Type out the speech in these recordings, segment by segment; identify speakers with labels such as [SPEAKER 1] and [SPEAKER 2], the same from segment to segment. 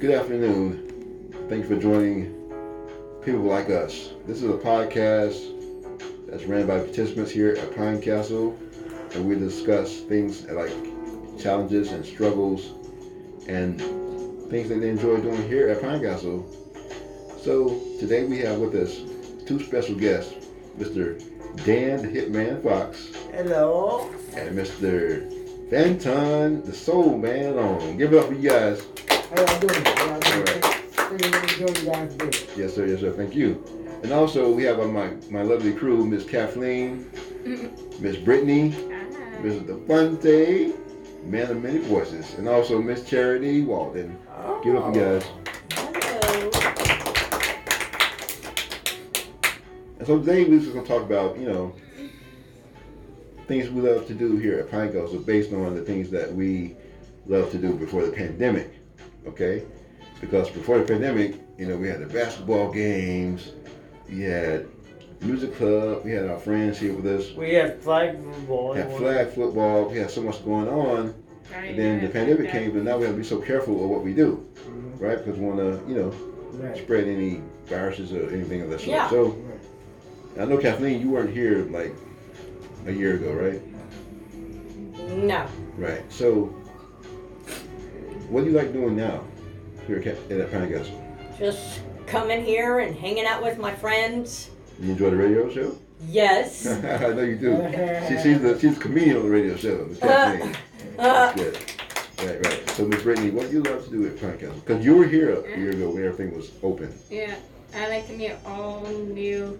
[SPEAKER 1] Good afternoon. Thank you for joining people like us. This is a podcast that's ran by participants here at Pine Castle, and we discuss things like challenges and struggles and things that they enjoy doing here at Pine Castle. So today we have with us two special guests, Mr. Dan the Hitman Fox
[SPEAKER 2] Hello.
[SPEAKER 1] and Mr. Phanton the Soul Man Long. Give it up for you guys.
[SPEAKER 2] How y'all doing? How y'all doing? Really, really enjoy you guys today.
[SPEAKER 1] Yes, sir. Yes, sir. Thank you. And also, we have uh, my my lovely crew: Miss Kathleen, Miss Brittany, Miss Defonte, man of many voices, and also Miss Charity Walden. Give it
[SPEAKER 2] Oh,
[SPEAKER 1] up, you guys.
[SPEAKER 3] Hello.
[SPEAKER 1] And so today we're just gonna talk about you know things we love to do here at Pine Coast, so based on the things that we love to do before the pandemic. Okay, because before the pandemic, you know, we had the basketball games, we had music club, we had our friends here with us,
[SPEAKER 2] We have flag football.
[SPEAKER 1] we had flag football, we had so much going on. And then the pandemic came, but now we have to be so careful of what we do,
[SPEAKER 2] Mhm.
[SPEAKER 1] right? Because we want to, you know,
[SPEAKER 2] Right.
[SPEAKER 1] spread any viruses or anything of that sort.
[SPEAKER 3] Yeah.
[SPEAKER 1] So I know Kathleen, you weren't here like a year ago, right?
[SPEAKER 3] No.
[SPEAKER 1] Right. So what do you like doing now here at Ca- at Pine Castle?
[SPEAKER 3] Just coming here and hanging out with my friends.
[SPEAKER 1] You enjoy the radio show?
[SPEAKER 3] Yes.
[SPEAKER 1] I know you do. She, she's the she's the comedian on the radio show. Miss Kathleen.
[SPEAKER 3] Uh,
[SPEAKER 1] That's good. Right, right. So Miss Brittany, what do you love to do at Pine Castle? Because you were here a year ago when everything was open,
[SPEAKER 4] Yeah, I like to meet all new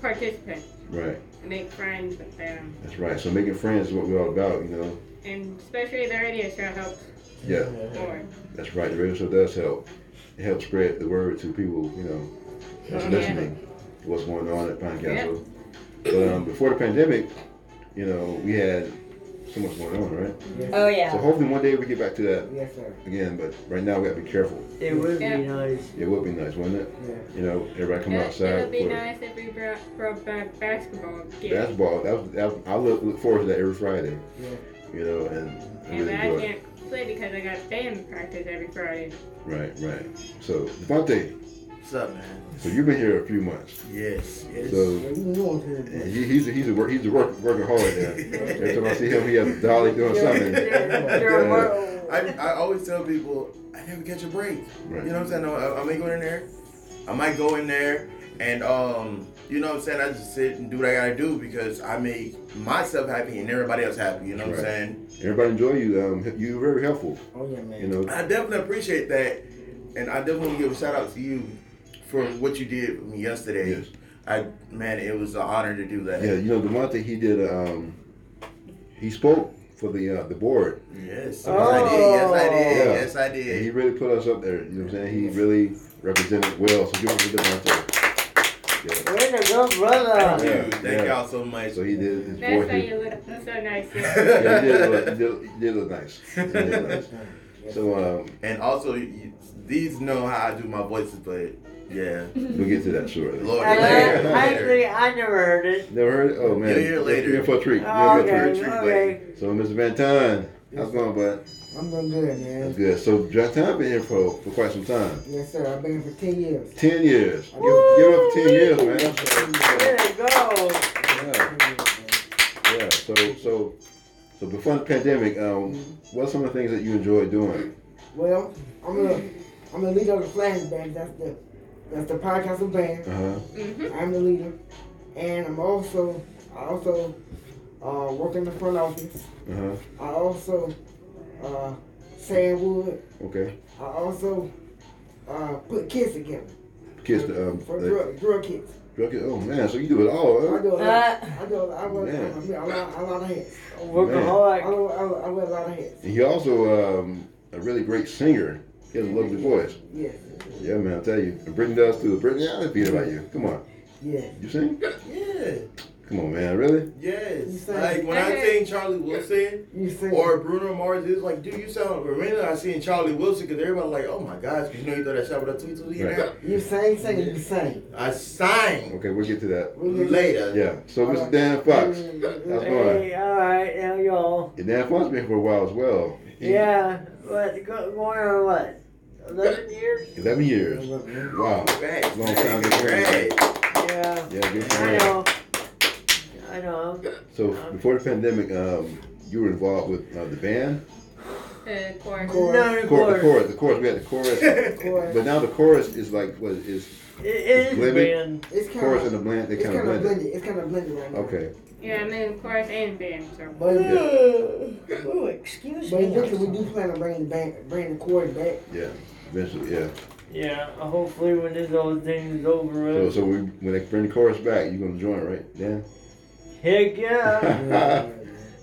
[SPEAKER 4] participants
[SPEAKER 1] right?
[SPEAKER 4] and make friends with them.
[SPEAKER 1] That's right. So making friends is what we're all about, you know.
[SPEAKER 4] And especially the radio show helps
[SPEAKER 1] Yeah,
[SPEAKER 4] more.
[SPEAKER 1] that's right. The radio show does help. It helps spread the word to people, you know, that's
[SPEAKER 4] Yeah.
[SPEAKER 1] listening to what's going on at Pine
[SPEAKER 4] Yeah.
[SPEAKER 1] Castle. But um, before the pandemic, you know, we had so much going on, right?
[SPEAKER 2] Yes.
[SPEAKER 1] So
[SPEAKER 3] oh yeah.
[SPEAKER 1] hopefully one day we get back to that
[SPEAKER 2] Yes, sir.
[SPEAKER 1] again. But right now we got to be careful.
[SPEAKER 2] It would be
[SPEAKER 4] Yeah.
[SPEAKER 2] nice.
[SPEAKER 1] It would be nice, wouldn't it?
[SPEAKER 2] Yeah.
[SPEAKER 1] You know, everybody come
[SPEAKER 4] It,
[SPEAKER 1] outside.
[SPEAKER 4] it would be
[SPEAKER 1] for
[SPEAKER 4] nice if we brought, brought back basketball gear.
[SPEAKER 1] Basketball. That was, that was, I look, look forward to that every Friday.
[SPEAKER 2] Yeah.
[SPEAKER 1] You know, and I
[SPEAKER 4] And
[SPEAKER 1] really enjoy
[SPEAKER 4] but I
[SPEAKER 1] it.
[SPEAKER 4] can't play because I got band practice every Friday.
[SPEAKER 1] Right, right. So Devontae,
[SPEAKER 5] What's up, man?
[SPEAKER 1] so you've been here a few months.
[SPEAKER 5] Yes, yes.
[SPEAKER 1] So
[SPEAKER 2] What you doing
[SPEAKER 1] And
[SPEAKER 2] today?
[SPEAKER 1] He, he's a, he's a work, he's a work, working hard there. Every time I see him, he has a dolly doing something.
[SPEAKER 3] You're a
[SPEAKER 5] I,
[SPEAKER 3] world.
[SPEAKER 5] I always tell people I never catch a break.
[SPEAKER 1] Right.
[SPEAKER 5] You know what I'm saying? No, I, I may go in there, I might go in there, and um, you know what I'm saying? I just sit and do what I gotta do because I make myself happy and everybody else happy. You know what
[SPEAKER 1] Right.
[SPEAKER 5] I'm saying?
[SPEAKER 1] Everybody enjoy you. Um, you're very helpful.
[SPEAKER 2] Oh yeah, man.
[SPEAKER 1] You know,
[SPEAKER 5] I definitely appreciate that, and I definitely give a shout out to you for what you did for me yesterday.
[SPEAKER 1] Yes.
[SPEAKER 5] I man, it was an honor to do that.
[SPEAKER 1] yeah, you know the one thing he did. Um, he spoke for the uh, the board.
[SPEAKER 5] Yes.
[SPEAKER 2] Oh.
[SPEAKER 5] Yes, I did. Yes, I did.
[SPEAKER 1] And
[SPEAKER 5] Yes,
[SPEAKER 1] he really put us up there. You know what I'm saying? He really represented well. So give him a Devontae. Yeah.
[SPEAKER 2] Where's the good brother?
[SPEAKER 5] I
[SPEAKER 1] Yeah,
[SPEAKER 5] did. Dude, thank
[SPEAKER 1] yeah.
[SPEAKER 5] y'all so much.
[SPEAKER 1] So he did his
[SPEAKER 4] That's
[SPEAKER 1] voice.
[SPEAKER 4] why
[SPEAKER 1] He,
[SPEAKER 4] you look so nice.
[SPEAKER 1] yeah, he did, look, he did, he did look nice. He did look nice. So um,
[SPEAKER 5] And also, you, these know how I do my voices, but yeah,
[SPEAKER 1] we'll get to that shortly.
[SPEAKER 5] Lord,
[SPEAKER 2] I,
[SPEAKER 5] later,
[SPEAKER 2] I
[SPEAKER 5] later.
[SPEAKER 2] actually I never heard it.
[SPEAKER 1] Never heard? it? Oh man,
[SPEAKER 5] You'll hear it later.
[SPEAKER 1] You're in for a treat. You're in
[SPEAKER 2] Oh,
[SPEAKER 1] for a treat.
[SPEAKER 2] okay,
[SPEAKER 5] tree,
[SPEAKER 2] okay.
[SPEAKER 1] So, Mr. Van Tyn, how's it going, bud?
[SPEAKER 2] I'm doing good,
[SPEAKER 1] That's
[SPEAKER 2] man.
[SPEAKER 1] good. So, Van Tyn been here for, for quite some time.
[SPEAKER 2] Yes, sir. I've been here for ten years.
[SPEAKER 1] 10 years. Give, give it up for 10 years, man.
[SPEAKER 2] There you go.
[SPEAKER 1] Yeah, yeah. So, so, so before the pandemic, um, what are some of the things that you enjoy doing?
[SPEAKER 2] Well, I'm the I'm the leader of the flash band. That's the that's the podcast band.
[SPEAKER 1] Uh-huh.
[SPEAKER 4] hmm
[SPEAKER 2] I'm the leader, and I'm also I also uh, work in the front office.
[SPEAKER 1] Uh-huh.
[SPEAKER 2] I also uh, sand wood.
[SPEAKER 1] Okay.
[SPEAKER 2] I also uh, put kids together
[SPEAKER 1] Kids, um,
[SPEAKER 2] for
[SPEAKER 1] the
[SPEAKER 2] drug, drug kids.
[SPEAKER 1] drug, oh man, so you do it all,
[SPEAKER 2] I
[SPEAKER 1] huh?
[SPEAKER 2] do a lot.
[SPEAKER 3] Uh.
[SPEAKER 2] I do a lot. I wear,
[SPEAKER 1] Man.
[SPEAKER 2] I wear a, lot, a lot of hats.
[SPEAKER 1] Man.
[SPEAKER 2] Working hard. I wear, I wear- I wear a lot of hats.
[SPEAKER 1] And you're also, um, a really great singer. He has a lovely voice.
[SPEAKER 2] Yes,
[SPEAKER 1] Yeah, man, I'll tell you. And Brittany does too. Brittany, I'll be about you. Come on.
[SPEAKER 2] yes.
[SPEAKER 1] You sing?
[SPEAKER 5] Yeah.
[SPEAKER 1] Come on, man. Really?
[SPEAKER 2] You
[SPEAKER 5] Yes.
[SPEAKER 2] sound-
[SPEAKER 5] Like when I
[SPEAKER 4] Okay.
[SPEAKER 5] sing Charlie Wilson
[SPEAKER 2] You sing.
[SPEAKER 5] or Bruno Mars, it's like, dude, you sound. Remember I seen Charlie Wilson because everybody like, oh my gosh, 'cause you know you throw that shot with a tweet tweet.
[SPEAKER 1] Right.
[SPEAKER 5] now.
[SPEAKER 2] you sing, sing, you sing.
[SPEAKER 5] I sang
[SPEAKER 1] Okay, we'll get to that.
[SPEAKER 5] later.
[SPEAKER 1] Yeah. So, Mr. Dan Fox. That's all right.
[SPEAKER 6] Hey, all right, now y'all.
[SPEAKER 1] And Dan Fox been here for a while as well. He-
[SPEAKER 6] Yeah, what go- going on? What? Eleven years?
[SPEAKER 1] 11 years. Wow.
[SPEAKER 5] Right.
[SPEAKER 1] Long time ago.
[SPEAKER 5] Right.
[SPEAKER 6] Yeah.
[SPEAKER 1] Yeah, good for
[SPEAKER 6] I
[SPEAKER 1] him.
[SPEAKER 6] know. I know.
[SPEAKER 1] So, before the pandemic, um, you were involved with uh, the band?
[SPEAKER 4] Uh, chorus.
[SPEAKER 2] Chorus.
[SPEAKER 6] No, of
[SPEAKER 1] Chor- the
[SPEAKER 6] course.
[SPEAKER 1] chorus. The chorus. We had the chorus. But now the chorus is like, what is
[SPEAKER 6] It is
[SPEAKER 1] Blended.
[SPEAKER 6] band.
[SPEAKER 2] It's kind
[SPEAKER 1] chorus and
[SPEAKER 2] of
[SPEAKER 1] the blend? They
[SPEAKER 2] it's
[SPEAKER 1] kind of
[SPEAKER 2] blended.
[SPEAKER 1] blend.
[SPEAKER 2] It's kind of blended right now.
[SPEAKER 1] Okay.
[SPEAKER 4] Yeah, I'm in chorus and band. So.
[SPEAKER 2] But, uh,
[SPEAKER 6] Oh, excuse
[SPEAKER 2] but
[SPEAKER 6] me.
[SPEAKER 2] eventually we do plan on bringing the band, bringing the chorus back.
[SPEAKER 1] Eventually, yeah.
[SPEAKER 6] Yeah, hopefully when this whole thing is over
[SPEAKER 1] So,
[SPEAKER 6] with.
[SPEAKER 1] so we, when they bring the chorus back, you're gonna join, right, Dan?
[SPEAKER 6] Heck yeah.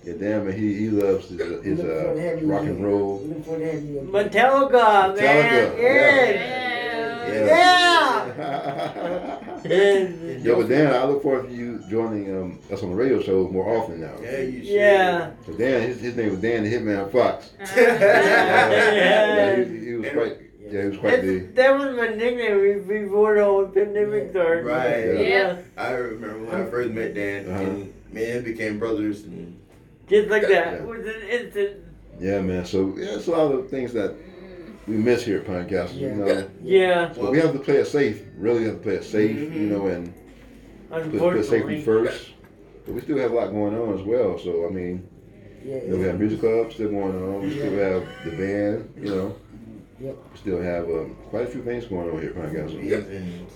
[SPEAKER 1] yeah, Dan, man, he he loves his, his uh, rock and roll.
[SPEAKER 2] Looking for that. you.
[SPEAKER 6] Metallica, man.
[SPEAKER 1] Metallica,
[SPEAKER 6] Yeah.
[SPEAKER 4] Yeah.
[SPEAKER 1] Yeah.
[SPEAKER 6] And-
[SPEAKER 1] Yo, but Dan, I look forward to you joining um, us on the radio show more often now.
[SPEAKER 5] Yeah, you should.
[SPEAKER 6] Yeah.
[SPEAKER 1] So Dan, his, his name was Dan the Hitman Fox.
[SPEAKER 4] Uh,
[SPEAKER 1] yeah, he, he was quite. Yeah, he was quite the.
[SPEAKER 6] That's, that was my nickname before the whole pandemic started.
[SPEAKER 5] Right.
[SPEAKER 6] Yeah.
[SPEAKER 5] I remember when I first met Dan,
[SPEAKER 1] Uh-huh.
[SPEAKER 5] and me and him became brothers. And
[SPEAKER 6] Just like
[SPEAKER 1] Yeah.
[SPEAKER 6] that. With an instant.
[SPEAKER 1] Yeah, man. So yeah, it's a lot of things that we
[SPEAKER 4] Mm-hmm.
[SPEAKER 1] miss here at Pinecastle. You
[SPEAKER 2] Yeah.
[SPEAKER 1] know,
[SPEAKER 6] Yeah,
[SPEAKER 1] but we have to play it safe. Really have to play it safe. You
[SPEAKER 5] Mhm.
[SPEAKER 1] know, and put, put safety
[SPEAKER 6] unfortunately.
[SPEAKER 1] first. But we still have a lot going on as well. So I mean.
[SPEAKER 2] Yeah.
[SPEAKER 1] You know, we have music club still going on. We still
[SPEAKER 2] Yeah.
[SPEAKER 1] have the band. You know,
[SPEAKER 2] Yep.
[SPEAKER 1] we still have um, quite a few things going on here at Pine Castle.
[SPEAKER 5] and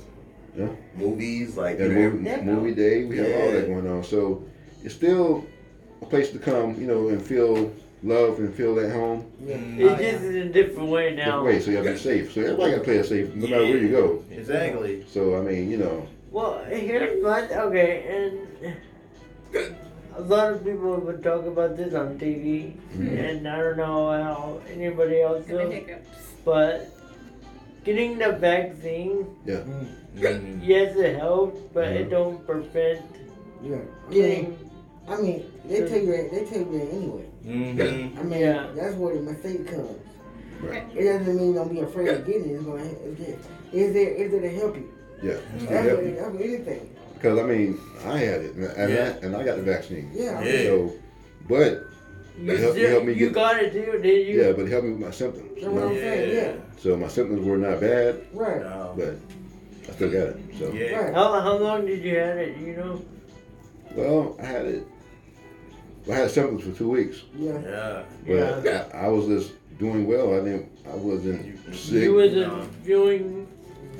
[SPEAKER 1] Yeah.
[SPEAKER 5] movies like
[SPEAKER 1] And movie,
[SPEAKER 2] Yeah.
[SPEAKER 1] movie day, we have all
[SPEAKER 5] Yeah.
[SPEAKER 1] that going on. So it's still a place to come, you know, and feel love and feel at home.
[SPEAKER 2] Yeah. Oh,
[SPEAKER 6] It just is a different way now.
[SPEAKER 1] Different way, so you have to be safe. So everybody got to play it safe, no matter where you go.
[SPEAKER 5] Exactly.
[SPEAKER 1] So I mean, you know,
[SPEAKER 6] Well, here's my okay, and a lot of people would talk about this on TV,
[SPEAKER 1] Mm-hmm.
[SPEAKER 6] and I don't know how anybody else
[SPEAKER 4] the
[SPEAKER 6] feels,
[SPEAKER 4] hiccups.
[SPEAKER 6] but getting the vaccine, Mm-hmm.
[SPEAKER 5] Mhm.
[SPEAKER 6] yes, it helps, but it don't prevent
[SPEAKER 2] Yeah. I mean,
[SPEAKER 6] getting.
[SPEAKER 2] I mean, they take you, they take you anyway.
[SPEAKER 5] Mhm.
[SPEAKER 2] I mean,
[SPEAKER 6] Yeah.
[SPEAKER 2] that's where the mistake comes.
[SPEAKER 1] Right.
[SPEAKER 2] It doesn't mean don't be afraid of getting it. It's going to, is there, is there to help you?
[SPEAKER 1] yeah, it's
[SPEAKER 2] That's,
[SPEAKER 1] still
[SPEAKER 2] what,
[SPEAKER 1] helping.
[SPEAKER 2] that's what anything.
[SPEAKER 1] because I mean, I had it, and, I,
[SPEAKER 5] Yeah.
[SPEAKER 1] and I got the vaccine.
[SPEAKER 2] Yeah.
[SPEAKER 5] Yeah.
[SPEAKER 1] So, but
[SPEAKER 6] You,
[SPEAKER 1] It helped- it
[SPEAKER 6] still-
[SPEAKER 1] helped me
[SPEAKER 6] you
[SPEAKER 1] get-
[SPEAKER 6] got it too, did you?
[SPEAKER 1] yeah, but it helped me with my symptoms. You
[SPEAKER 2] That's what
[SPEAKER 1] know?
[SPEAKER 2] I'm saying.
[SPEAKER 1] So my symptoms were not bad.
[SPEAKER 2] Yeah. Right.
[SPEAKER 5] No.
[SPEAKER 1] but I still got it. So
[SPEAKER 5] Yeah.
[SPEAKER 2] Right.
[SPEAKER 6] How, how long did you have it? You know,
[SPEAKER 1] well, I had it. I had symptoms for two weeks,
[SPEAKER 2] Yeah.
[SPEAKER 5] Yeah.
[SPEAKER 1] but
[SPEAKER 5] Yeah.
[SPEAKER 1] I, I was just doing well. I didn't. I wasn't.
[SPEAKER 5] You-
[SPEAKER 1] Sick.
[SPEAKER 6] you wasn't
[SPEAKER 5] No.
[SPEAKER 6] feeling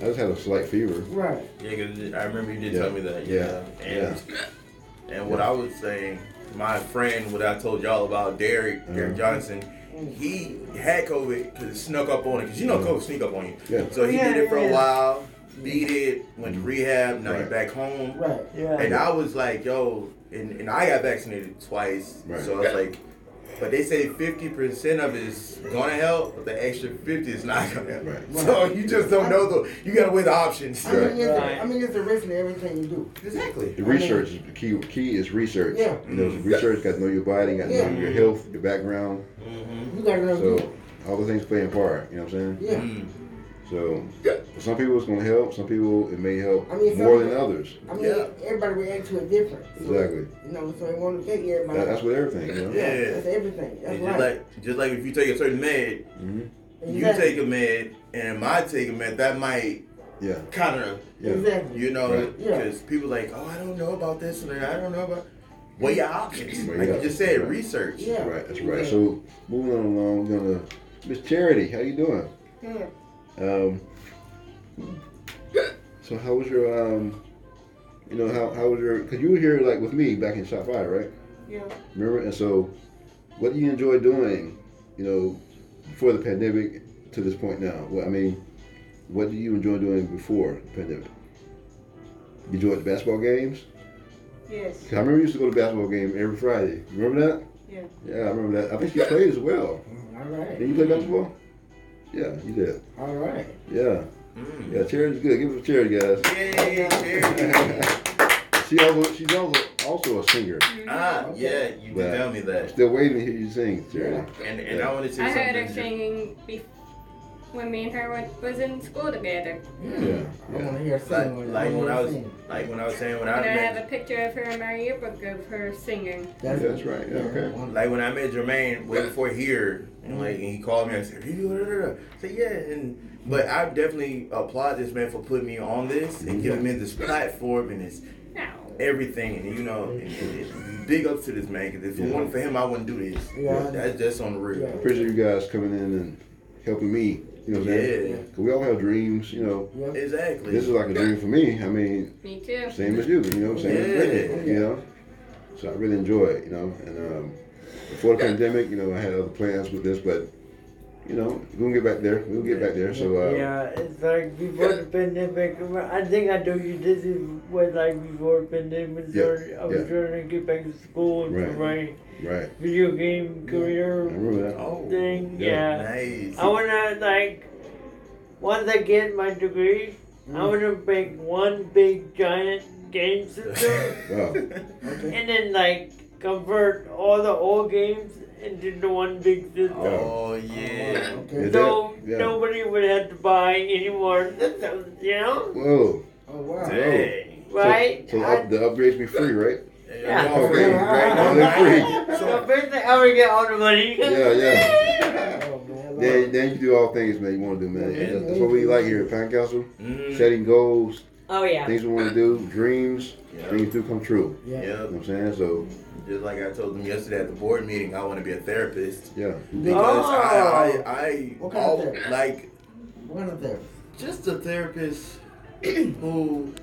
[SPEAKER 1] I just had a slight fever.
[SPEAKER 2] Right.
[SPEAKER 5] Yeah, 'cause I remember you did
[SPEAKER 1] Yeah.
[SPEAKER 5] tell me that.
[SPEAKER 1] Yeah.
[SPEAKER 5] Yeah. And, and what I was saying, my friend, what I told y'all about Derek,
[SPEAKER 1] Mm-hmm.
[SPEAKER 5] Derek Johnson, he had COVID because it snuck up on him. Because you know
[SPEAKER 1] Mhm.
[SPEAKER 5] COVID sneak up on you.
[SPEAKER 1] Yeah. Mm-hmm.
[SPEAKER 5] So he
[SPEAKER 6] Yeah,
[SPEAKER 5] did it for
[SPEAKER 6] yeah,
[SPEAKER 5] a
[SPEAKER 6] yeah.
[SPEAKER 5] while, beat it, went to rehab, now
[SPEAKER 1] Right.
[SPEAKER 5] he's back home.
[SPEAKER 2] Right.
[SPEAKER 6] yeah.
[SPEAKER 5] And I was like, yo, and, and I got vaccinated twice.
[SPEAKER 1] Right.
[SPEAKER 5] So I was like, but they say 50% of it is gonna help, but the extra 50 is not gonna help.
[SPEAKER 1] Right.
[SPEAKER 5] So you just don't know though. You gotta weigh the options.
[SPEAKER 2] I mean,
[SPEAKER 1] Right.
[SPEAKER 2] it's a,
[SPEAKER 6] Right.
[SPEAKER 2] I mean, it's a risk in everything you do.
[SPEAKER 5] Exactly.
[SPEAKER 1] The research is the key. Key is research.
[SPEAKER 2] Yeah.
[SPEAKER 1] You know, it's research. Got to know your body. Got to know
[SPEAKER 2] Yeah.
[SPEAKER 1] your health, your background.
[SPEAKER 2] You got to know.
[SPEAKER 1] So all the things play a part. You know what I'm saying?
[SPEAKER 2] yeah.
[SPEAKER 5] Mm.
[SPEAKER 1] So for some people it's gonna help. Some people it may help
[SPEAKER 2] I mean, some-
[SPEAKER 1] more than others.
[SPEAKER 2] I mean,
[SPEAKER 5] Yeah.
[SPEAKER 2] everybody react to it different. So,
[SPEAKER 1] Exactly.
[SPEAKER 2] You know, so it won't affect everybody.
[SPEAKER 1] That- that's with everything. You know?
[SPEAKER 5] Yeah.
[SPEAKER 2] That's everything. That's
[SPEAKER 5] It's
[SPEAKER 2] life.
[SPEAKER 5] just like just like if you take a certain med,
[SPEAKER 1] Mhm.
[SPEAKER 5] you
[SPEAKER 2] Exactly.
[SPEAKER 5] take a med, and if I take a med, that might
[SPEAKER 1] Yeah.
[SPEAKER 5] kind of
[SPEAKER 1] Yeah.
[SPEAKER 2] Exactly.
[SPEAKER 5] you know
[SPEAKER 1] Right.
[SPEAKER 2] Yeah.
[SPEAKER 5] because people like oh I don't know about this and I don't know about weigh your options
[SPEAKER 1] Weigh
[SPEAKER 5] like
[SPEAKER 1] your
[SPEAKER 5] you just said
[SPEAKER 1] options, right.
[SPEAKER 5] research.
[SPEAKER 2] Yeah.
[SPEAKER 1] Right, that's right. So moving on along, we're gonna Miss Charity, how you doing?
[SPEAKER 2] Good.
[SPEAKER 1] Um, so how was your um, you know how how was your? Cause you were here like with me back in Shop Five, right?
[SPEAKER 2] Yeah.
[SPEAKER 1] Remember? And so, what do you enjoy doing? You know, before the pandemic to this point now. Well, I mean, what do you enjoy doing before the pandemic? You enjoyed the basketball games?
[SPEAKER 4] Yes.
[SPEAKER 1] 'Cause I remember you used to go to the basketball game every Friday. Remember that?
[SPEAKER 4] Yeah.
[SPEAKER 1] Yeah, I remember that. I think you played as well.
[SPEAKER 2] Mm, All right.
[SPEAKER 1] Did you play basketball? Yeah, you did.
[SPEAKER 2] All right.
[SPEAKER 1] Yeah.
[SPEAKER 5] Mm.
[SPEAKER 1] Yeah, Charity's good. Give it a charity, guys.
[SPEAKER 5] Yay, Jerry.
[SPEAKER 1] she also she's also also a singer.
[SPEAKER 5] Ah, yeah, you
[SPEAKER 1] But-
[SPEAKER 5] did tell me
[SPEAKER 1] I'm
[SPEAKER 5] that.
[SPEAKER 1] still waiting to hear you sing, Jerry.
[SPEAKER 2] Yeah.
[SPEAKER 5] And and I want to say
[SPEAKER 4] I
[SPEAKER 5] something.
[SPEAKER 4] heard her sing be- when me and her went, was in school together.
[SPEAKER 1] Yeah.
[SPEAKER 2] Mm. I want to hear
[SPEAKER 5] Like-
[SPEAKER 2] singing. with it.
[SPEAKER 5] like
[SPEAKER 2] I
[SPEAKER 5] when
[SPEAKER 2] wanna
[SPEAKER 5] I was-
[SPEAKER 2] sing.
[SPEAKER 5] Like when I was saying when I
[SPEAKER 4] And I have
[SPEAKER 5] met,
[SPEAKER 4] a picture of her in my yearbook of her singing.
[SPEAKER 1] Yeah, that's right. Yeah, okay.
[SPEAKER 5] like when I met Jermaine way before here, and like and he called me, I said, "You da, da, da." I said, yeah, and but I definitely applaud this man for putting me on this and giving me this platform and this
[SPEAKER 4] No.
[SPEAKER 5] everything, and you know, and, and- and big ups to this man because if it
[SPEAKER 1] Yeah.
[SPEAKER 5] weren't for him, I wouldn't do this.
[SPEAKER 2] Yeah.
[SPEAKER 5] That's just on the real.
[SPEAKER 2] Yeah.
[SPEAKER 1] Appreciate you guys coming in and helping me. You know what I'm saying?
[SPEAKER 5] Yeah,
[SPEAKER 1] 'Cause we all have dreams, you know.
[SPEAKER 2] Yeah.
[SPEAKER 5] exactly.
[SPEAKER 1] This is like a dream for me. I mean,
[SPEAKER 4] Me too.
[SPEAKER 1] same as you, you know, same as
[SPEAKER 5] Yeah.
[SPEAKER 1] Brittany, you know. So I really enjoy it, you know. And um, before the pandemic, you know, I had other plans with this, but you know, we'll get back there. We'll get back there. So uh,
[SPEAKER 6] yeah, it's like before the pandemic. I think I told you this is when like before the pandemic
[SPEAKER 1] Yeah,
[SPEAKER 6] started. I was
[SPEAKER 1] yeah.
[SPEAKER 6] trying to get back to school for my
[SPEAKER 1] Right. right,
[SPEAKER 6] video game
[SPEAKER 1] I
[SPEAKER 6] career
[SPEAKER 1] remember that.
[SPEAKER 5] Oh,
[SPEAKER 6] thing.
[SPEAKER 1] yeah.
[SPEAKER 6] yeah.
[SPEAKER 5] nice.
[SPEAKER 6] I wanna like once I get my degree,
[SPEAKER 1] Mm.
[SPEAKER 6] I wanna make one big giant game system
[SPEAKER 1] Wow.
[SPEAKER 2] Okay.
[SPEAKER 6] and then like convert all the old games into the one big system.
[SPEAKER 5] oh yeah.
[SPEAKER 2] Okay.
[SPEAKER 1] Oh, Is
[SPEAKER 6] So
[SPEAKER 1] it? Yeah.
[SPEAKER 6] nobody would have to buy any more systems, you know?
[SPEAKER 1] Whoa.
[SPEAKER 2] Oh wow.
[SPEAKER 5] Dang.
[SPEAKER 6] Right?
[SPEAKER 1] So, so
[SPEAKER 6] I-
[SPEAKER 1] up, the upgrades be free, right?
[SPEAKER 5] Yeah.
[SPEAKER 1] All free, right? All they're free.
[SPEAKER 6] so basically I would get all the money.
[SPEAKER 1] Yeah, yeah.
[SPEAKER 2] Oh, man,
[SPEAKER 1] Then,
[SPEAKER 2] like-
[SPEAKER 1] then you do all things, man. You want to do, man.
[SPEAKER 2] Yeah.
[SPEAKER 1] That's, that's what we like here at Pine Council.
[SPEAKER 5] Mm.
[SPEAKER 1] Setting goals,
[SPEAKER 3] Oh yeah.
[SPEAKER 1] things we want to do, dreams,
[SPEAKER 5] Yep.
[SPEAKER 1] things do come true.
[SPEAKER 2] yeah.
[SPEAKER 1] You
[SPEAKER 5] Yep.
[SPEAKER 1] know what I'm saying? So,
[SPEAKER 5] Just like I told them yesterday at the board meeting, I want to be a therapist
[SPEAKER 1] yeah.
[SPEAKER 5] because I,
[SPEAKER 6] Oh.
[SPEAKER 5] I, I
[SPEAKER 2] What kind of
[SPEAKER 5] all-
[SPEAKER 2] therapist?
[SPEAKER 5] like
[SPEAKER 2] One of them.
[SPEAKER 5] just a therapist who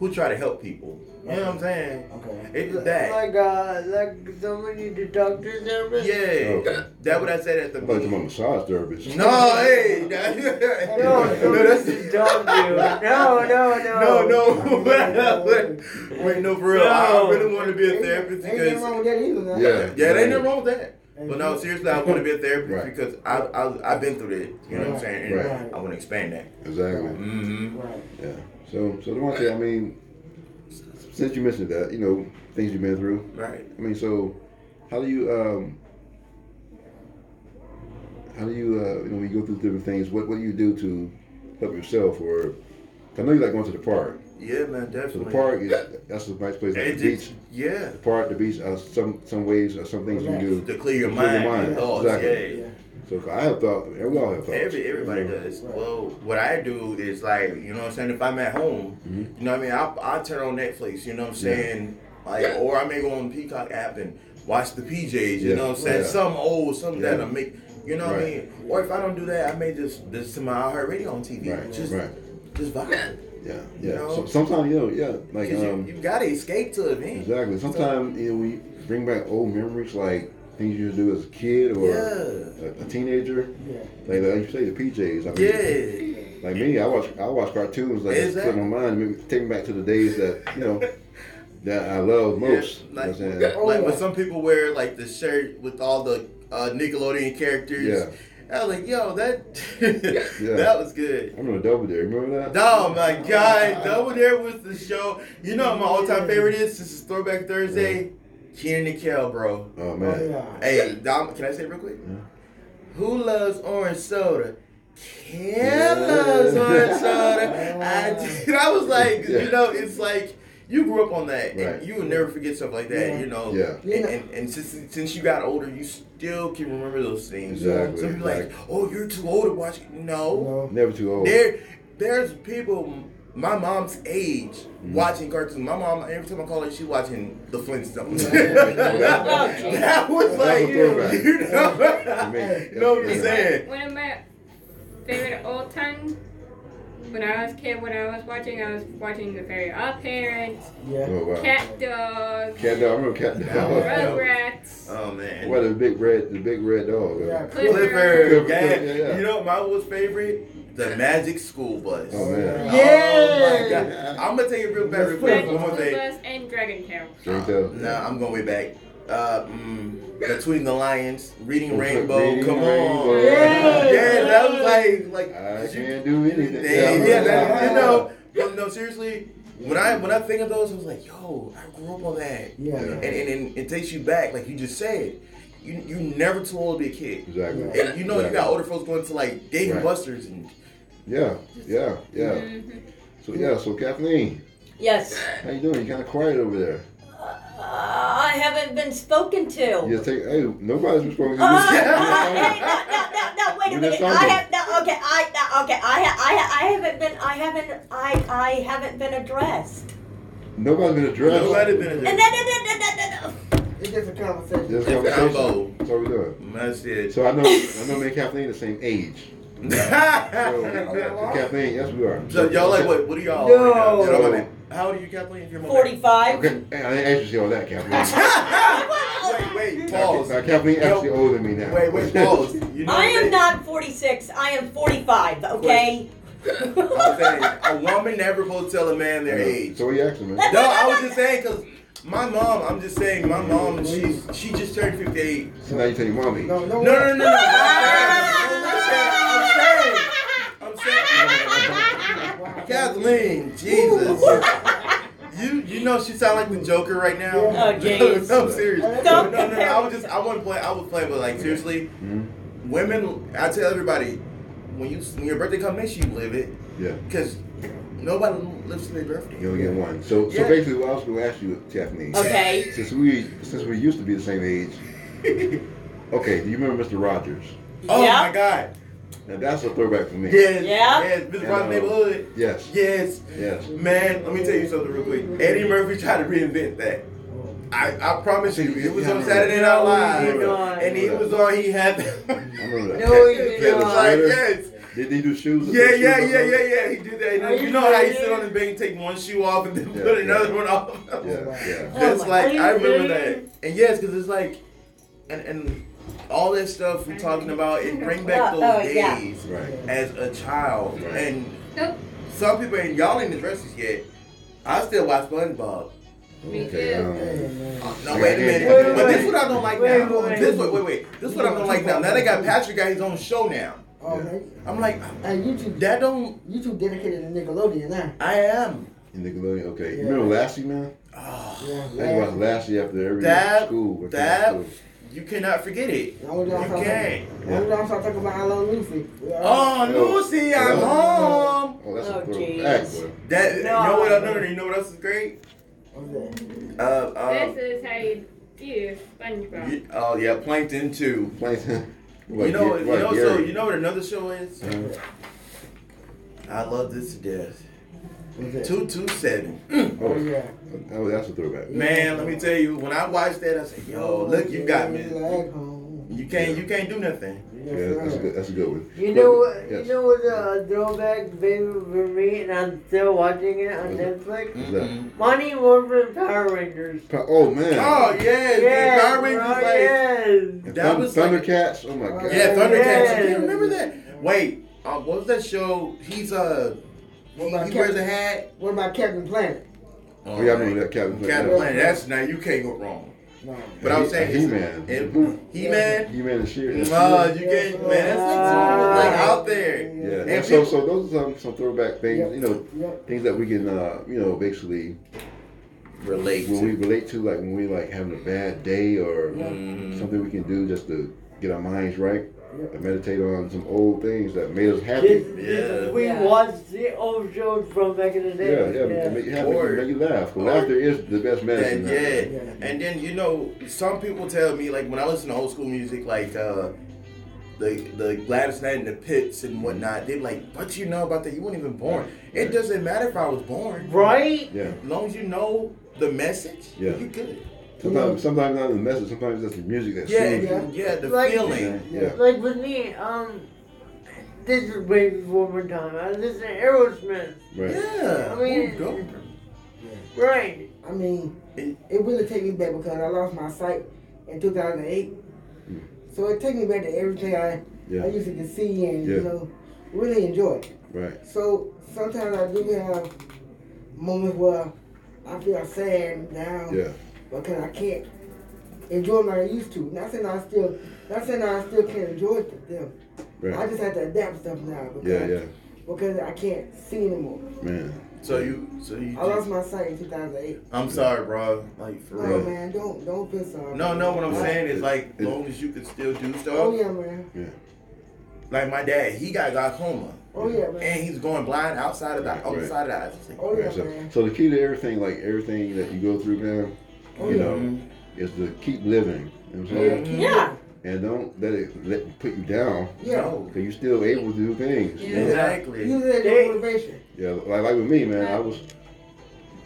[SPEAKER 5] who try to help people. You know what I'm saying?
[SPEAKER 2] Okay.
[SPEAKER 5] It's that.
[SPEAKER 6] Like uh like somebody to talk to service.
[SPEAKER 5] Yeah.
[SPEAKER 1] Okay.
[SPEAKER 5] That what I said at the
[SPEAKER 1] I thought you were a
[SPEAKER 5] meeting.
[SPEAKER 1] massage therapist.
[SPEAKER 5] No, hey.
[SPEAKER 6] No,
[SPEAKER 5] that-
[SPEAKER 1] No,
[SPEAKER 6] no,
[SPEAKER 5] that's-
[SPEAKER 6] that's just dumb, dude. No, no, no.
[SPEAKER 5] No, no. Wait, no, for real. I- I
[SPEAKER 6] No.
[SPEAKER 5] really want to be a
[SPEAKER 2] Ain't-
[SPEAKER 5] therapist
[SPEAKER 2] ain't nothing
[SPEAKER 5] because
[SPEAKER 2] wrong with that either. now.
[SPEAKER 1] Yeah.
[SPEAKER 5] yeah, there ain't nothing wrong with that.
[SPEAKER 2] And-
[SPEAKER 5] But no, seriously, I want to be a therapist
[SPEAKER 1] Right.
[SPEAKER 5] because I, I I've been through that. You know what I'm saying? And
[SPEAKER 2] Right.
[SPEAKER 5] I want to expand that.
[SPEAKER 1] Exactly.
[SPEAKER 5] Mm-hmm.
[SPEAKER 2] Right.
[SPEAKER 1] Yeah. So, so Devontae, I mean, since you mentioned that, you know, things you've been through.
[SPEAKER 5] Right.
[SPEAKER 1] I mean, so how do you, um, how do you, uh, you know, when you go through different things, what, what do you do to help yourself? Or, I know you like going to the park.
[SPEAKER 5] Oh, Yeah,
[SPEAKER 1] So the
[SPEAKER 5] man, definitely.
[SPEAKER 1] park is, that's a nice place. Like
[SPEAKER 5] It
[SPEAKER 1] the
[SPEAKER 5] just-
[SPEAKER 1] beach,
[SPEAKER 5] yeah.
[SPEAKER 1] the park, the beach, uh, some, some ways or some things you
[SPEAKER 2] Relax.
[SPEAKER 1] do.
[SPEAKER 5] To clear your
[SPEAKER 1] To
[SPEAKER 5] mind,
[SPEAKER 1] clear your
[SPEAKER 5] your
[SPEAKER 1] mind,
[SPEAKER 5] thoughts.
[SPEAKER 1] exactly.
[SPEAKER 5] Yeah.
[SPEAKER 1] So I have thought, we all have thoughts.
[SPEAKER 5] Every everybody does.
[SPEAKER 2] Right.
[SPEAKER 5] Well, what I do is like, you know what I'm saying. If I'm at home,
[SPEAKER 1] Mhm.
[SPEAKER 5] you know what I mean. I I turn on Netflix. You know what I'm
[SPEAKER 1] Yeah.
[SPEAKER 5] saying. Like, or I may go on the Peacock app and watch the PJs. You
[SPEAKER 1] Yeah.
[SPEAKER 5] know what I'm saying.
[SPEAKER 1] Yeah.
[SPEAKER 5] Some old, some
[SPEAKER 1] Yeah.
[SPEAKER 5] that I make. You know what I
[SPEAKER 1] Right.
[SPEAKER 5] mean. Or if I don't do that, I may just listen to my iHeartRadio on TV.
[SPEAKER 1] Right,
[SPEAKER 5] Just
[SPEAKER 1] right.
[SPEAKER 5] just vibe.
[SPEAKER 1] Yeah,
[SPEAKER 5] You
[SPEAKER 1] yeah.
[SPEAKER 5] know?
[SPEAKER 1] so, sometimes you know, yeah, like
[SPEAKER 5] Because
[SPEAKER 1] um,
[SPEAKER 5] you, you gotta escape to an event.
[SPEAKER 1] exactly. Sometimes you know we bring back old memories, like things you used to do as a kid or
[SPEAKER 5] Yeah.
[SPEAKER 1] a, a teenager.
[SPEAKER 2] Yeah.
[SPEAKER 1] Like, like you say, the PJs. I mean,
[SPEAKER 5] Yeah.
[SPEAKER 1] Like me, I watch I watch cartoons like it's put in my mind, maybe take me back to the days that you know that I love most.
[SPEAKER 5] Yeah,
[SPEAKER 1] You know
[SPEAKER 5] like,
[SPEAKER 1] what I'm
[SPEAKER 5] like
[SPEAKER 1] saying?
[SPEAKER 5] when some people wear like the shirt with all the uh, Nickelodeon characters.
[SPEAKER 1] Yeah.
[SPEAKER 5] I was like, yo, that that was good.
[SPEAKER 1] I remember Double Dare. Remember that?
[SPEAKER 5] Oh my god, Double Dare was the show. You know what my all time favorite is since it's Throwback Thursday? Keenan and Kel, bro.
[SPEAKER 1] Oh
[SPEAKER 2] Oh,
[SPEAKER 1] man.
[SPEAKER 2] yeah.
[SPEAKER 5] Hey, Dom, can I say it real quick?
[SPEAKER 1] Yeah.
[SPEAKER 5] Who loves orange soda? Kel loves orange soda. I, did. I was like,
[SPEAKER 1] Yeah.
[SPEAKER 5] you know, it's like you grew up on that,
[SPEAKER 1] Right.
[SPEAKER 5] and you will never forget stuff like that.
[SPEAKER 2] Yeah.
[SPEAKER 5] You know,
[SPEAKER 1] Yeah.
[SPEAKER 5] And, and, and since since you got older, you still can remember those things.
[SPEAKER 1] Exactly.
[SPEAKER 5] Some people like,
[SPEAKER 1] Like,
[SPEAKER 5] oh, you're too old to watch. No,
[SPEAKER 2] No.
[SPEAKER 1] never too old.
[SPEAKER 5] there, there's people my mom's age
[SPEAKER 1] Mm-hmm.
[SPEAKER 5] watching cartoons. My mom, every time I call her, she watching the Flintstones. that was
[SPEAKER 1] That's
[SPEAKER 5] like,
[SPEAKER 1] a throwback.
[SPEAKER 5] you know,
[SPEAKER 1] I mean,
[SPEAKER 5] you know what I'm
[SPEAKER 1] yeah.
[SPEAKER 5] saying?
[SPEAKER 4] One of my favorite old time when I was a kid, when I was watching, I was watching The Fairy Odd Parents,
[SPEAKER 2] Yeah.
[SPEAKER 5] Uh,
[SPEAKER 1] Oh wow. Cat,
[SPEAKER 4] Cat Dog,
[SPEAKER 1] dog. I remember cat dog.
[SPEAKER 5] Right.
[SPEAKER 4] Rugrats.
[SPEAKER 5] Oh man.
[SPEAKER 1] What the big red, the big red dog.
[SPEAKER 2] Yeah.
[SPEAKER 5] Clifford,
[SPEAKER 1] Clifford,
[SPEAKER 5] yeah.
[SPEAKER 1] yeah, yeah.
[SPEAKER 5] You know what my was favorite? The Magic School Bus.
[SPEAKER 1] Oh man.
[SPEAKER 5] Oh, my
[SPEAKER 6] Yeah.
[SPEAKER 5] God. I'm gonna take it real back real quick.
[SPEAKER 4] Magic
[SPEAKER 5] One more
[SPEAKER 4] School
[SPEAKER 5] thing.
[SPEAKER 4] Bus and Dragon Tail.
[SPEAKER 1] Straight up.
[SPEAKER 5] Nah, I'm going way back. Uh, mm, Between the Lions, Reading
[SPEAKER 1] Reading
[SPEAKER 5] Rainbow. come
[SPEAKER 1] Rainbow.
[SPEAKER 5] on.
[SPEAKER 6] Yeah.
[SPEAKER 5] yeah, that was like like.
[SPEAKER 1] I
[SPEAKER 5] you-
[SPEAKER 1] can't do anything.
[SPEAKER 5] Yeah,
[SPEAKER 2] Yeah.
[SPEAKER 5] yeah, that- you know. but no, seriously, When I when I think of those, I was like, yo, I grew up on that.
[SPEAKER 2] Yeah.
[SPEAKER 5] And, and, and it takes you back, like you just said. You you never too old to be a kid.
[SPEAKER 1] Exactly.
[SPEAKER 5] And you know you
[SPEAKER 1] Exactly.
[SPEAKER 5] got older folks going to like Dave and
[SPEAKER 1] Right.
[SPEAKER 5] Buster's and
[SPEAKER 1] Yeah, yeah,
[SPEAKER 5] Oh.
[SPEAKER 1] yeah.
[SPEAKER 4] Mm-hmm.
[SPEAKER 1] So yeah, so Kathleen,
[SPEAKER 3] Yes.
[SPEAKER 1] how you doing? You kind of quiet over there.
[SPEAKER 3] Uh, I haven't been spoken to.
[SPEAKER 1] You take hey, nobody's been spoken to
[SPEAKER 3] Uh,
[SPEAKER 1] this.
[SPEAKER 3] hey, no, no, no, no, wait a
[SPEAKER 1] You're
[SPEAKER 3] minute.
[SPEAKER 1] not
[SPEAKER 3] I
[SPEAKER 1] talking.
[SPEAKER 3] have no, okay. I no, okay. I, ha- I ha- I haven't been. I haven't. I I haven't been addressed.
[SPEAKER 1] Nobody's been addressed.
[SPEAKER 5] nobody been in
[SPEAKER 3] No, no,
[SPEAKER 5] there.
[SPEAKER 3] no, no, no, no, no.
[SPEAKER 2] It's just a conversation.
[SPEAKER 1] Just
[SPEAKER 5] It's
[SPEAKER 1] conversation.
[SPEAKER 5] combo.
[SPEAKER 1] That's what we doing.
[SPEAKER 5] That's it.
[SPEAKER 1] So I know, I know, me and Kathleen the same age. So,
[SPEAKER 5] so,
[SPEAKER 1] Kathleen, yes, we are.
[SPEAKER 5] y'all like what? What are y'all?
[SPEAKER 6] No.
[SPEAKER 5] right now? Y'all like- How old are you, Kathleen? If you're my-
[SPEAKER 3] Forty-five.
[SPEAKER 1] Okay, I didn't actually say all that, Kathleen.
[SPEAKER 5] Wait, wait, pause.
[SPEAKER 1] Now, Kathleen actually
[SPEAKER 5] Yo,
[SPEAKER 1] older than me now.
[SPEAKER 5] Wait, wait, pause. You know
[SPEAKER 3] I
[SPEAKER 5] what I'm
[SPEAKER 3] am not forty-six. I am forty-five. Okay.
[SPEAKER 5] I'm saying, a woman never supposed to tell a man their age.
[SPEAKER 1] So
[SPEAKER 5] No,
[SPEAKER 1] what you asking, man?
[SPEAKER 5] I was just saying because my mom. I'm just saying my mom. She's she just turned 58.
[SPEAKER 1] So now you tell your mommy.
[SPEAKER 2] No,
[SPEAKER 5] No, no,
[SPEAKER 2] no,
[SPEAKER 5] no, no. no. I'm saying,
[SPEAKER 3] I
[SPEAKER 5] I'm saying, I'm saying. Kathleen, Jesus. You you know she sound like the Joker right now.
[SPEAKER 2] Yeah.
[SPEAKER 3] Oh, jeez.
[SPEAKER 5] no, I'm serious.
[SPEAKER 3] Don't
[SPEAKER 5] no, no, no.
[SPEAKER 3] compare
[SPEAKER 5] I
[SPEAKER 3] me
[SPEAKER 5] would
[SPEAKER 3] to
[SPEAKER 5] just I wouldn't play. I would play, but like seriously,
[SPEAKER 1] Mhm.
[SPEAKER 5] women. I tell everybody when you when your birthday comes, make sure you live it
[SPEAKER 1] Yeah,
[SPEAKER 5] because nobody lives to their birthday.
[SPEAKER 1] you only get one. So, so
[SPEAKER 5] Yeah.
[SPEAKER 1] basically, what I was going to ask you, Kathleen,
[SPEAKER 3] Okay.
[SPEAKER 1] since we since we used to be the same age. Okay, do you remember Mr. Rogers?
[SPEAKER 5] Oh my
[SPEAKER 3] yeah.
[SPEAKER 5] God.
[SPEAKER 1] Now that's a throwback for me.
[SPEAKER 5] Yes.
[SPEAKER 3] Yeah.
[SPEAKER 5] Yes. Mr.
[SPEAKER 1] And,
[SPEAKER 5] Brown's
[SPEAKER 1] uh,
[SPEAKER 5] neighborhood.
[SPEAKER 1] Yes.
[SPEAKER 5] Yes.
[SPEAKER 1] Yes.
[SPEAKER 5] Man, let me tell you something real quick. Eddie Murphy tried to reinvent that. I, I promise you, it was on Saturday Night Live, and he was on. He had.
[SPEAKER 1] I remember that.
[SPEAKER 6] No, he did
[SPEAKER 5] It was
[SPEAKER 6] not.
[SPEAKER 5] like yes,
[SPEAKER 1] Did they do shoes?
[SPEAKER 5] yeah,
[SPEAKER 1] shoes
[SPEAKER 5] yeah,
[SPEAKER 1] or
[SPEAKER 5] yeah, yeah,
[SPEAKER 1] something?
[SPEAKER 5] yeah. He did that.
[SPEAKER 6] Are
[SPEAKER 5] you
[SPEAKER 6] you
[SPEAKER 5] know how you
[SPEAKER 6] kidding?
[SPEAKER 5] sit on the bench, take one shoe off, and then
[SPEAKER 1] Yeah,
[SPEAKER 5] put
[SPEAKER 1] yeah.
[SPEAKER 5] another one off.
[SPEAKER 1] Yeah, yeah.
[SPEAKER 5] That's
[SPEAKER 6] Oh my-
[SPEAKER 5] like
[SPEAKER 6] Are you
[SPEAKER 5] I
[SPEAKER 6] kidding?
[SPEAKER 5] remember that, and yes, because it's like, and and all that stuff we're talking about, it bring back
[SPEAKER 3] Oh,
[SPEAKER 5] those
[SPEAKER 3] oh,
[SPEAKER 5] days
[SPEAKER 3] yeah.
[SPEAKER 1] Right.
[SPEAKER 5] as a child,
[SPEAKER 1] Right.
[SPEAKER 5] and
[SPEAKER 4] Nope.
[SPEAKER 5] some people and y'all ain't addressed this yet. I still watch SpongeBob.
[SPEAKER 4] Me
[SPEAKER 1] Okay.
[SPEAKER 4] too.
[SPEAKER 1] Um,
[SPEAKER 5] No, wait a minute.
[SPEAKER 1] Wait, wait,
[SPEAKER 5] but this
[SPEAKER 1] wait.
[SPEAKER 5] what I don't like
[SPEAKER 6] Wait,
[SPEAKER 5] now.
[SPEAKER 6] wait, wait.
[SPEAKER 5] This what wait wait. This what I don't like now. Now they got Patrick got his own show now.
[SPEAKER 2] Oh,
[SPEAKER 1] Yeah.
[SPEAKER 2] man.
[SPEAKER 5] I'm like,
[SPEAKER 2] Hey, you two,
[SPEAKER 5] that don't.
[SPEAKER 2] you two dedicated to Nickelodeon now.
[SPEAKER 5] I am.
[SPEAKER 1] and Nickelodeon. Okay. You
[SPEAKER 2] Yeah.
[SPEAKER 1] remember Lassie, man?
[SPEAKER 5] Oh,
[SPEAKER 2] Yeah,
[SPEAKER 1] I used to watch Lassie after every
[SPEAKER 5] Dab,
[SPEAKER 1] school. after
[SPEAKER 5] dab.
[SPEAKER 1] school.
[SPEAKER 5] you cannot forget it.
[SPEAKER 2] Now we're
[SPEAKER 5] You
[SPEAKER 2] gonna talk-
[SPEAKER 5] can't.
[SPEAKER 2] now we're gonna start talking about I Love Lucy. Yeah.
[SPEAKER 5] Oh, Lucy, I'm
[SPEAKER 1] Oh.
[SPEAKER 5] home.
[SPEAKER 1] Oh, that's
[SPEAKER 3] Oh,
[SPEAKER 1] a throwback.
[SPEAKER 3] jeez.
[SPEAKER 1] boy.
[SPEAKER 5] That you know what? No, no, no, you know what else is great?
[SPEAKER 2] What's that?
[SPEAKER 5] Uh, uh,
[SPEAKER 4] This is how you do SpongeBob.
[SPEAKER 5] you- oh yeah, Plankton too.
[SPEAKER 1] Plankton.
[SPEAKER 5] you know,
[SPEAKER 1] Like, like
[SPEAKER 5] you know, so
[SPEAKER 1] Gary.
[SPEAKER 5] you know what another show is?
[SPEAKER 1] Uh-huh.
[SPEAKER 5] I love this to death.
[SPEAKER 2] What's that?
[SPEAKER 5] Two two seven.
[SPEAKER 2] Oh,
[SPEAKER 1] Oh,
[SPEAKER 2] yeah.
[SPEAKER 1] oh, that's a throwback.
[SPEAKER 5] Man, let me tell you, when I watched that, I said, "Yo, look, you got me.
[SPEAKER 2] Lag home.
[SPEAKER 5] You can't, you can't do nothing."
[SPEAKER 2] Yes,
[SPEAKER 1] Yeah, that's a
[SPEAKER 2] sir.
[SPEAKER 1] good. That's a good one.
[SPEAKER 6] You know what?
[SPEAKER 1] Yes.
[SPEAKER 6] You know what? A throwback favorite for me, and I'm still watching it on
[SPEAKER 1] Is
[SPEAKER 5] Mm-hmm.
[SPEAKER 1] it-
[SPEAKER 6] Netflix.
[SPEAKER 1] What's that?
[SPEAKER 6] Monty Morphin Power Rangers.
[SPEAKER 1] Oh man.
[SPEAKER 5] Oh yeah, yeah, Power Rangers
[SPEAKER 6] bro,
[SPEAKER 5] like
[SPEAKER 6] yes.
[SPEAKER 1] And
[SPEAKER 5] that
[SPEAKER 1] Thun-
[SPEAKER 5] was like-
[SPEAKER 1] Thundercats. oh my god.
[SPEAKER 5] yeah, Thundercats.
[SPEAKER 6] Yeah.
[SPEAKER 5] You can't remember that? Wait, uh, what was that show? He's uh, he,
[SPEAKER 2] What
[SPEAKER 5] he
[SPEAKER 2] about
[SPEAKER 5] wears a hat.
[SPEAKER 2] What about Captain Planet?
[SPEAKER 5] Oh,
[SPEAKER 1] yeah, I remember that Captain Planet.
[SPEAKER 5] Captain Planet. That's now you can't go wrong.
[SPEAKER 2] No.
[SPEAKER 5] But I was saying,
[SPEAKER 1] He Man.
[SPEAKER 5] He Man.
[SPEAKER 1] He Man and She.
[SPEAKER 5] Nah, Uh, you can't, man. That's like, like out there.
[SPEAKER 1] Yeah,
[SPEAKER 5] And
[SPEAKER 1] and so
[SPEAKER 5] people-
[SPEAKER 1] so those are some, some throwback things,
[SPEAKER 2] Yep.
[SPEAKER 1] you know,
[SPEAKER 2] Yep.
[SPEAKER 1] things that we can uh, you know, basically
[SPEAKER 5] Relate.
[SPEAKER 1] when we relate to like when we like having a bad day or something we can do just to get our minds right
[SPEAKER 2] Yep.
[SPEAKER 1] and meditate on some old things that made us happy.
[SPEAKER 6] This, this,
[SPEAKER 5] Yeah.
[SPEAKER 6] we
[SPEAKER 3] Yeah.
[SPEAKER 6] watched the old shows from back in the
[SPEAKER 1] Yeah,
[SPEAKER 6] day.
[SPEAKER 1] yeah, Make, you happy,
[SPEAKER 5] Or-
[SPEAKER 1] make you laugh. 'Cause
[SPEAKER 5] or-
[SPEAKER 1] laughter is the best medicine.
[SPEAKER 5] And
[SPEAKER 1] now.
[SPEAKER 5] yeah, and then you know, some people tell me like when I listen to old school music, like uh, the the Gladys Knight and the Pits and whatnot, they're like, but you know about that, you weren't even born. It doesn't matter if I was born,
[SPEAKER 6] Right?
[SPEAKER 1] yeah.
[SPEAKER 5] As long as you know the message,
[SPEAKER 1] Yeah.
[SPEAKER 5] you good.
[SPEAKER 1] Sometimes sometimes not the message, sometimes that's the music that
[SPEAKER 5] Yeah,
[SPEAKER 1] soothes you.
[SPEAKER 5] yeah, yeah the
[SPEAKER 6] Like-
[SPEAKER 5] feeling.
[SPEAKER 1] Yeah.
[SPEAKER 6] Like with me, um, this is way before my time. I listen to Aerosmith.
[SPEAKER 1] Right.
[SPEAKER 5] Yeah,
[SPEAKER 6] I mean-
[SPEAKER 5] Ooh, go.
[SPEAKER 6] Right.
[SPEAKER 2] I mean, it really take me back because I lost my sight in 2008. So it take me back to everything I, I
[SPEAKER 1] Mm. Yeah.
[SPEAKER 2] used to see and,
[SPEAKER 1] Yeah.
[SPEAKER 2] you know, really enjoy it.
[SPEAKER 1] Right.
[SPEAKER 2] So sometimes I do have moments where I feel sad and down
[SPEAKER 1] Yeah.
[SPEAKER 2] because I can't enjoy what I used to. Not saying I still, not saying I still can't enjoy them. I
[SPEAKER 1] Right.
[SPEAKER 2] just have to adapt stuff now because,
[SPEAKER 1] Yeah. Yeah.
[SPEAKER 2] because I can't see anymore.
[SPEAKER 1] Man.
[SPEAKER 5] So you, so you.
[SPEAKER 2] I lost my sight in 2008.
[SPEAKER 5] I'm sorry, bro. Like for
[SPEAKER 2] No,
[SPEAKER 5] real.
[SPEAKER 2] Oh, man, don't don't piss off.
[SPEAKER 5] No, no. What I'm
[SPEAKER 2] I-
[SPEAKER 5] saying is like,
[SPEAKER 1] It-
[SPEAKER 5] long as you can still do
[SPEAKER 2] Oh
[SPEAKER 5] stuff.
[SPEAKER 2] yeah, man.
[SPEAKER 5] Like my dad, he got glaucoma,
[SPEAKER 2] Oh yeah, man.
[SPEAKER 5] and he's going blind outside of the
[SPEAKER 1] Right,
[SPEAKER 5] outside
[SPEAKER 1] right.
[SPEAKER 5] of the eyes. It's like,
[SPEAKER 2] Oh yeah,
[SPEAKER 1] Right, so,
[SPEAKER 2] man.
[SPEAKER 1] so the key to everything, like everything that you go through now,
[SPEAKER 2] Oh
[SPEAKER 1] you
[SPEAKER 2] yeah.
[SPEAKER 1] know, is to keep living. You know what I'm saying?
[SPEAKER 5] Mhm.
[SPEAKER 3] Yeah.
[SPEAKER 1] And don't let it let it put you down,
[SPEAKER 2] Yeah.
[SPEAKER 5] No.
[SPEAKER 1] cause you're still able to do things. you know?
[SPEAKER 5] Exactly.
[SPEAKER 2] You that
[SPEAKER 6] They-
[SPEAKER 2] motivation.
[SPEAKER 1] Yeah, like like with me, man. I was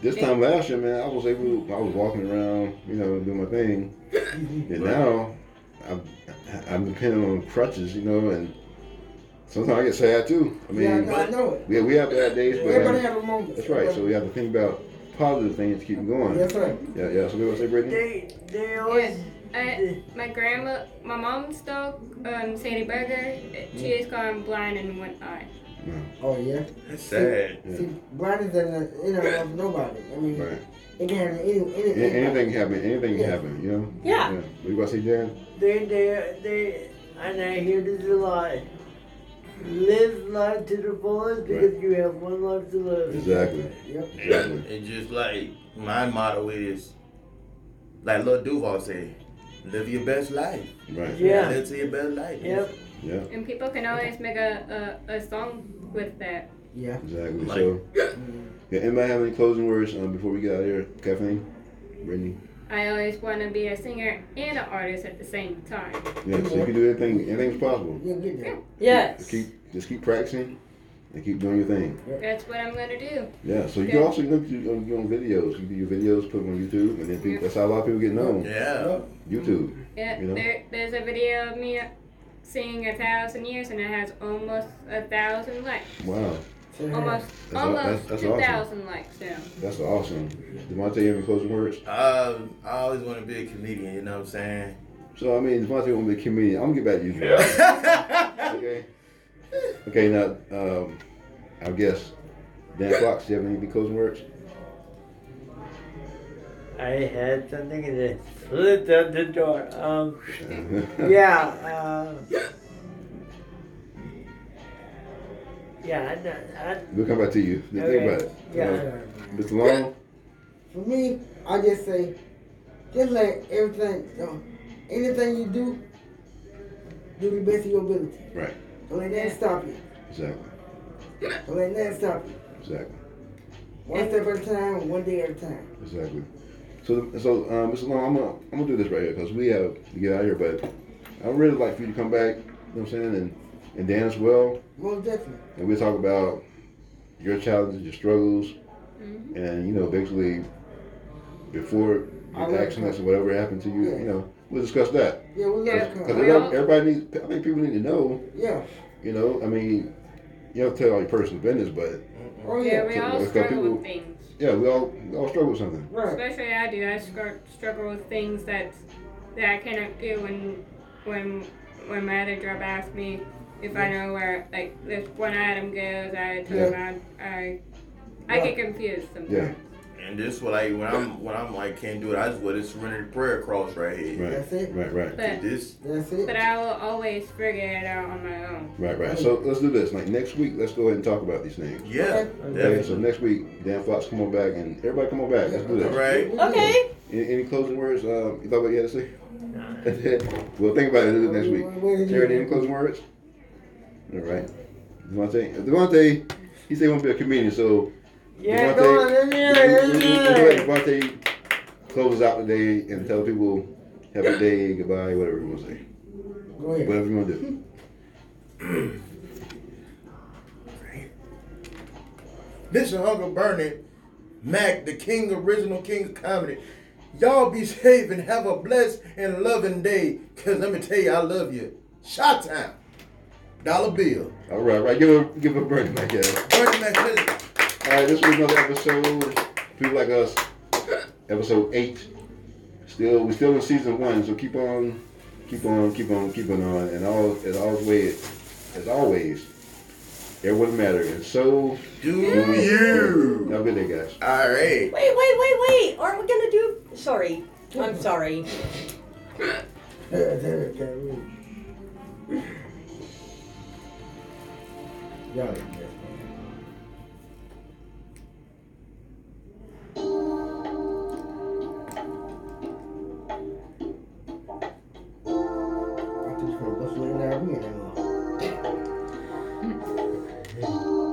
[SPEAKER 1] this time last year, man. I was able. I was walking around, you know, doing my thing, and now I'm I'm depending on crutches, you know, and sometimes I get sad too. I
[SPEAKER 2] yeah, I
[SPEAKER 1] mean,
[SPEAKER 2] know- I know it.
[SPEAKER 1] we we have bad days, but
[SPEAKER 2] Everybody
[SPEAKER 1] um,
[SPEAKER 2] have a moment.
[SPEAKER 1] that's right. So we have to think about positive things to keep going.
[SPEAKER 2] That's right.
[SPEAKER 1] Yeah, yeah. So we gonna say, Brittany.
[SPEAKER 6] They, they always.
[SPEAKER 4] I, my grandma, my mom's dog, um, Sandy Berger, she has gone blind in one eye.
[SPEAKER 2] Oh yeah.
[SPEAKER 5] That's sad.
[SPEAKER 1] Yeah.
[SPEAKER 2] See, blind is in the you know of nobody. I mean,
[SPEAKER 1] Right.
[SPEAKER 2] it can happen any,
[SPEAKER 1] A-
[SPEAKER 2] any,
[SPEAKER 1] Anything happen? Anything happen? You know.
[SPEAKER 3] Yeah.
[SPEAKER 1] What you gonna say, Dan?
[SPEAKER 6] They, they, they, and I hear this a lot. Live life to the fullest because you have one life to live.
[SPEAKER 1] Exactly.
[SPEAKER 2] Yep.
[SPEAKER 1] Exactly.
[SPEAKER 5] And just like my motto is, like Lil Duval said, live your best life.
[SPEAKER 1] Right.
[SPEAKER 6] Yeah.
[SPEAKER 5] Live to your best life.
[SPEAKER 6] Yep.
[SPEAKER 1] Yeah.
[SPEAKER 4] And people can always make a, a, a song with that.
[SPEAKER 2] Yeah.
[SPEAKER 1] Exactly.
[SPEAKER 5] Like-
[SPEAKER 1] so, yeah, anybody have any closing words um, before we get out of here? Kathleen, Brittany,
[SPEAKER 4] I always want to be a singer and an artist at the same time.
[SPEAKER 1] yeah. So you can do anything. Anything's possible.
[SPEAKER 2] You'll get there.
[SPEAKER 1] Just
[SPEAKER 6] Yes.
[SPEAKER 1] keep just keep practicing and keep doing your thing.
[SPEAKER 4] That's what I'm gonna do.
[SPEAKER 1] Yeah. So you can
[SPEAKER 4] Yeah.
[SPEAKER 1] also you know you do you on videos. You do your videos, put them on YouTube, and then people, that's how a lot of people get known.
[SPEAKER 5] Yeah.
[SPEAKER 1] YouTube.
[SPEAKER 4] Yeah,
[SPEAKER 1] You know?
[SPEAKER 4] there, there's a video of me singing a thousand years, and it has almost a thousand likes.
[SPEAKER 1] Wow.
[SPEAKER 2] Say hi.
[SPEAKER 4] Almost,
[SPEAKER 1] That's aw- that's-
[SPEAKER 4] almost
[SPEAKER 1] that's
[SPEAKER 4] two
[SPEAKER 1] awesome.
[SPEAKER 4] thousand likes now.
[SPEAKER 1] That's awesome. Devontae, you have any closing words?
[SPEAKER 5] Uh, I always want to be a comedian. You know what I'm saying?
[SPEAKER 1] So I mean, Devontae want to be a comedian. I'm gonna get back to you. Okay. Okay. Now, um, I guess Dan Fox, do you have any closing words?
[SPEAKER 6] I had something and it slipped out the door. Um, yeah. Uh, yeah, I, I,
[SPEAKER 1] We'll come back to you. Think
[SPEAKER 6] Okay.
[SPEAKER 1] about it.
[SPEAKER 6] yeah.
[SPEAKER 2] Yeah.
[SPEAKER 1] Mr. Long?
[SPEAKER 2] For me, I just say, just let everything, you know, anything you do, do the best of your ability.
[SPEAKER 1] Right.
[SPEAKER 2] Don't let that stop you.
[SPEAKER 1] Exactly.
[SPEAKER 2] Don't let that stop you.
[SPEAKER 1] Exactly.
[SPEAKER 2] One step at a time, one day at a time.
[SPEAKER 1] Exactly. So, so um, Mr. Long, I'm gonna I'm gonna do this right here because we have to get out of here. But I would really like for you to come back. You know what I'm saying? And and Dan as well.
[SPEAKER 2] Most definitely.
[SPEAKER 1] And we'll talk about your challenges, your struggles,
[SPEAKER 4] Mhm.
[SPEAKER 1] and you know, basically before
[SPEAKER 2] I
[SPEAKER 1] your
[SPEAKER 2] will.
[SPEAKER 1] accidents or whatever happened to you. You know, we'll discuss that
[SPEAKER 2] Yeah, Uh-huh. we love
[SPEAKER 4] Yeah.
[SPEAKER 2] yeah.
[SPEAKER 1] because
[SPEAKER 2] come.
[SPEAKER 4] Well-
[SPEAKER 1] everybody needs. I think people need to know.
[SPEAKER 2] Yeah.
[SPEAKER 1] You know, I mean, you don't tell all your personal business, but
[SPEAKER 2] Oh
[SPEAKER 4] Yeah,
[SPEAKER 2] yeah.
[SPEAKER 4] we
[SPEAKER 1] So,
[SPEAKER 4] all
[SPEAKER 1] like,
[SPEAKER 4] struggle
[SPEAKER 1] people-
[SPEAKER 4] with things.
[SPEAKER 1] yeah, we all we all struggle with something.
[SPEAKER 2] Right.
[SPEAKER 4] Especially I do. I scr- struggle with things that that I cannot do when when when my other job asks me if I know where like this one item goes. I tell
[SPEAKER 1] Yeah.
[SPEAKER 4] them I I, I get confused sometimes.
[SPEAKER 1] Yeah.
[SPEAKER 5] And this what I when I'm when I'm like can't do it. I just wear this surrendered prayer cross right here.
[SPEAKER 1] Right.
[SPEAKER 2] That's it.
[SPEAKER 1] Right. Right.
[SPEAKER 4] But
[SPEAKER 5] This
[SPEAKER 2] That's it.
[SPEAKER 4] But I will always figure it out on my own.
[SPEAKER 1] Right, right. So let's do this. Like next week, let's go ahead and talk about these things.
[SPEAKER 5] yeah.
[SPEAKER 1] Okay. So next week, Dan Fox, come on back, and everybody come on back. Let's do
[SPEAKER 5] All
[SPEAKER 1] this.
[SPEAKER 5] right.
[SPEAKER 3] Okay.
[SPEAKER 1] Any, any closing words? Um, you thought what you had to say? well, think about it Let's do it next week. Jared, any closing words? All right. Devontae, uh, Devontae, he said he want to be a comedian, so
[SPEAKER 6] Yeah,
[SPEAKER 1] Devontae,
[SPEAKER 6] go on, let's
[SPEAKER 1] we-
[SPEAKER 6] hear
[SPEAKER 1] we-
[SPEAKER 6] it,
[SPEAKER 1] we-
[SPEAKER 6] let's
[SPEAKER 1] we
[SPEAKER 6] hear
[SPEAKER 1] let
[SPEAKER 6] it.
[SPEAKER 1] Devontae close us out today and tell people have a day, goodbye, whatever you want to say,
[SPEAKER 2] Go ahead.
[SPEAKER 1] whatever you want to do.
[SPEAKER 5] This is Hunger Burning, Mac, the King, original King of comedy. Y'all be safe and have a blessed and loving day. Cause let me tell you, I love you. Shot time. Dollar bill.
[SPEAKER 1] All right, right. Give a give a burn, my guy.
[SPEAKER 5] Burning Mac Phillips.
[SPEAKER 1] All right, this was another episode. People like us, episode eight. Still, we're still in season one, so keep on, keep on, keep on, keeping on, and all as always, as always, it wouldn't matter. And so,
[SPEAKER 5] Do you?
[SPEAKER 1] have a good day, guys.
[SPEAKER 5] All right.
[SPEAKER 3] Wait, wait, wait, wait. Aren't we gonna do? Sorry. I'm sorry.
[SPEAKER 2] Y'all are in there. We ain't that long.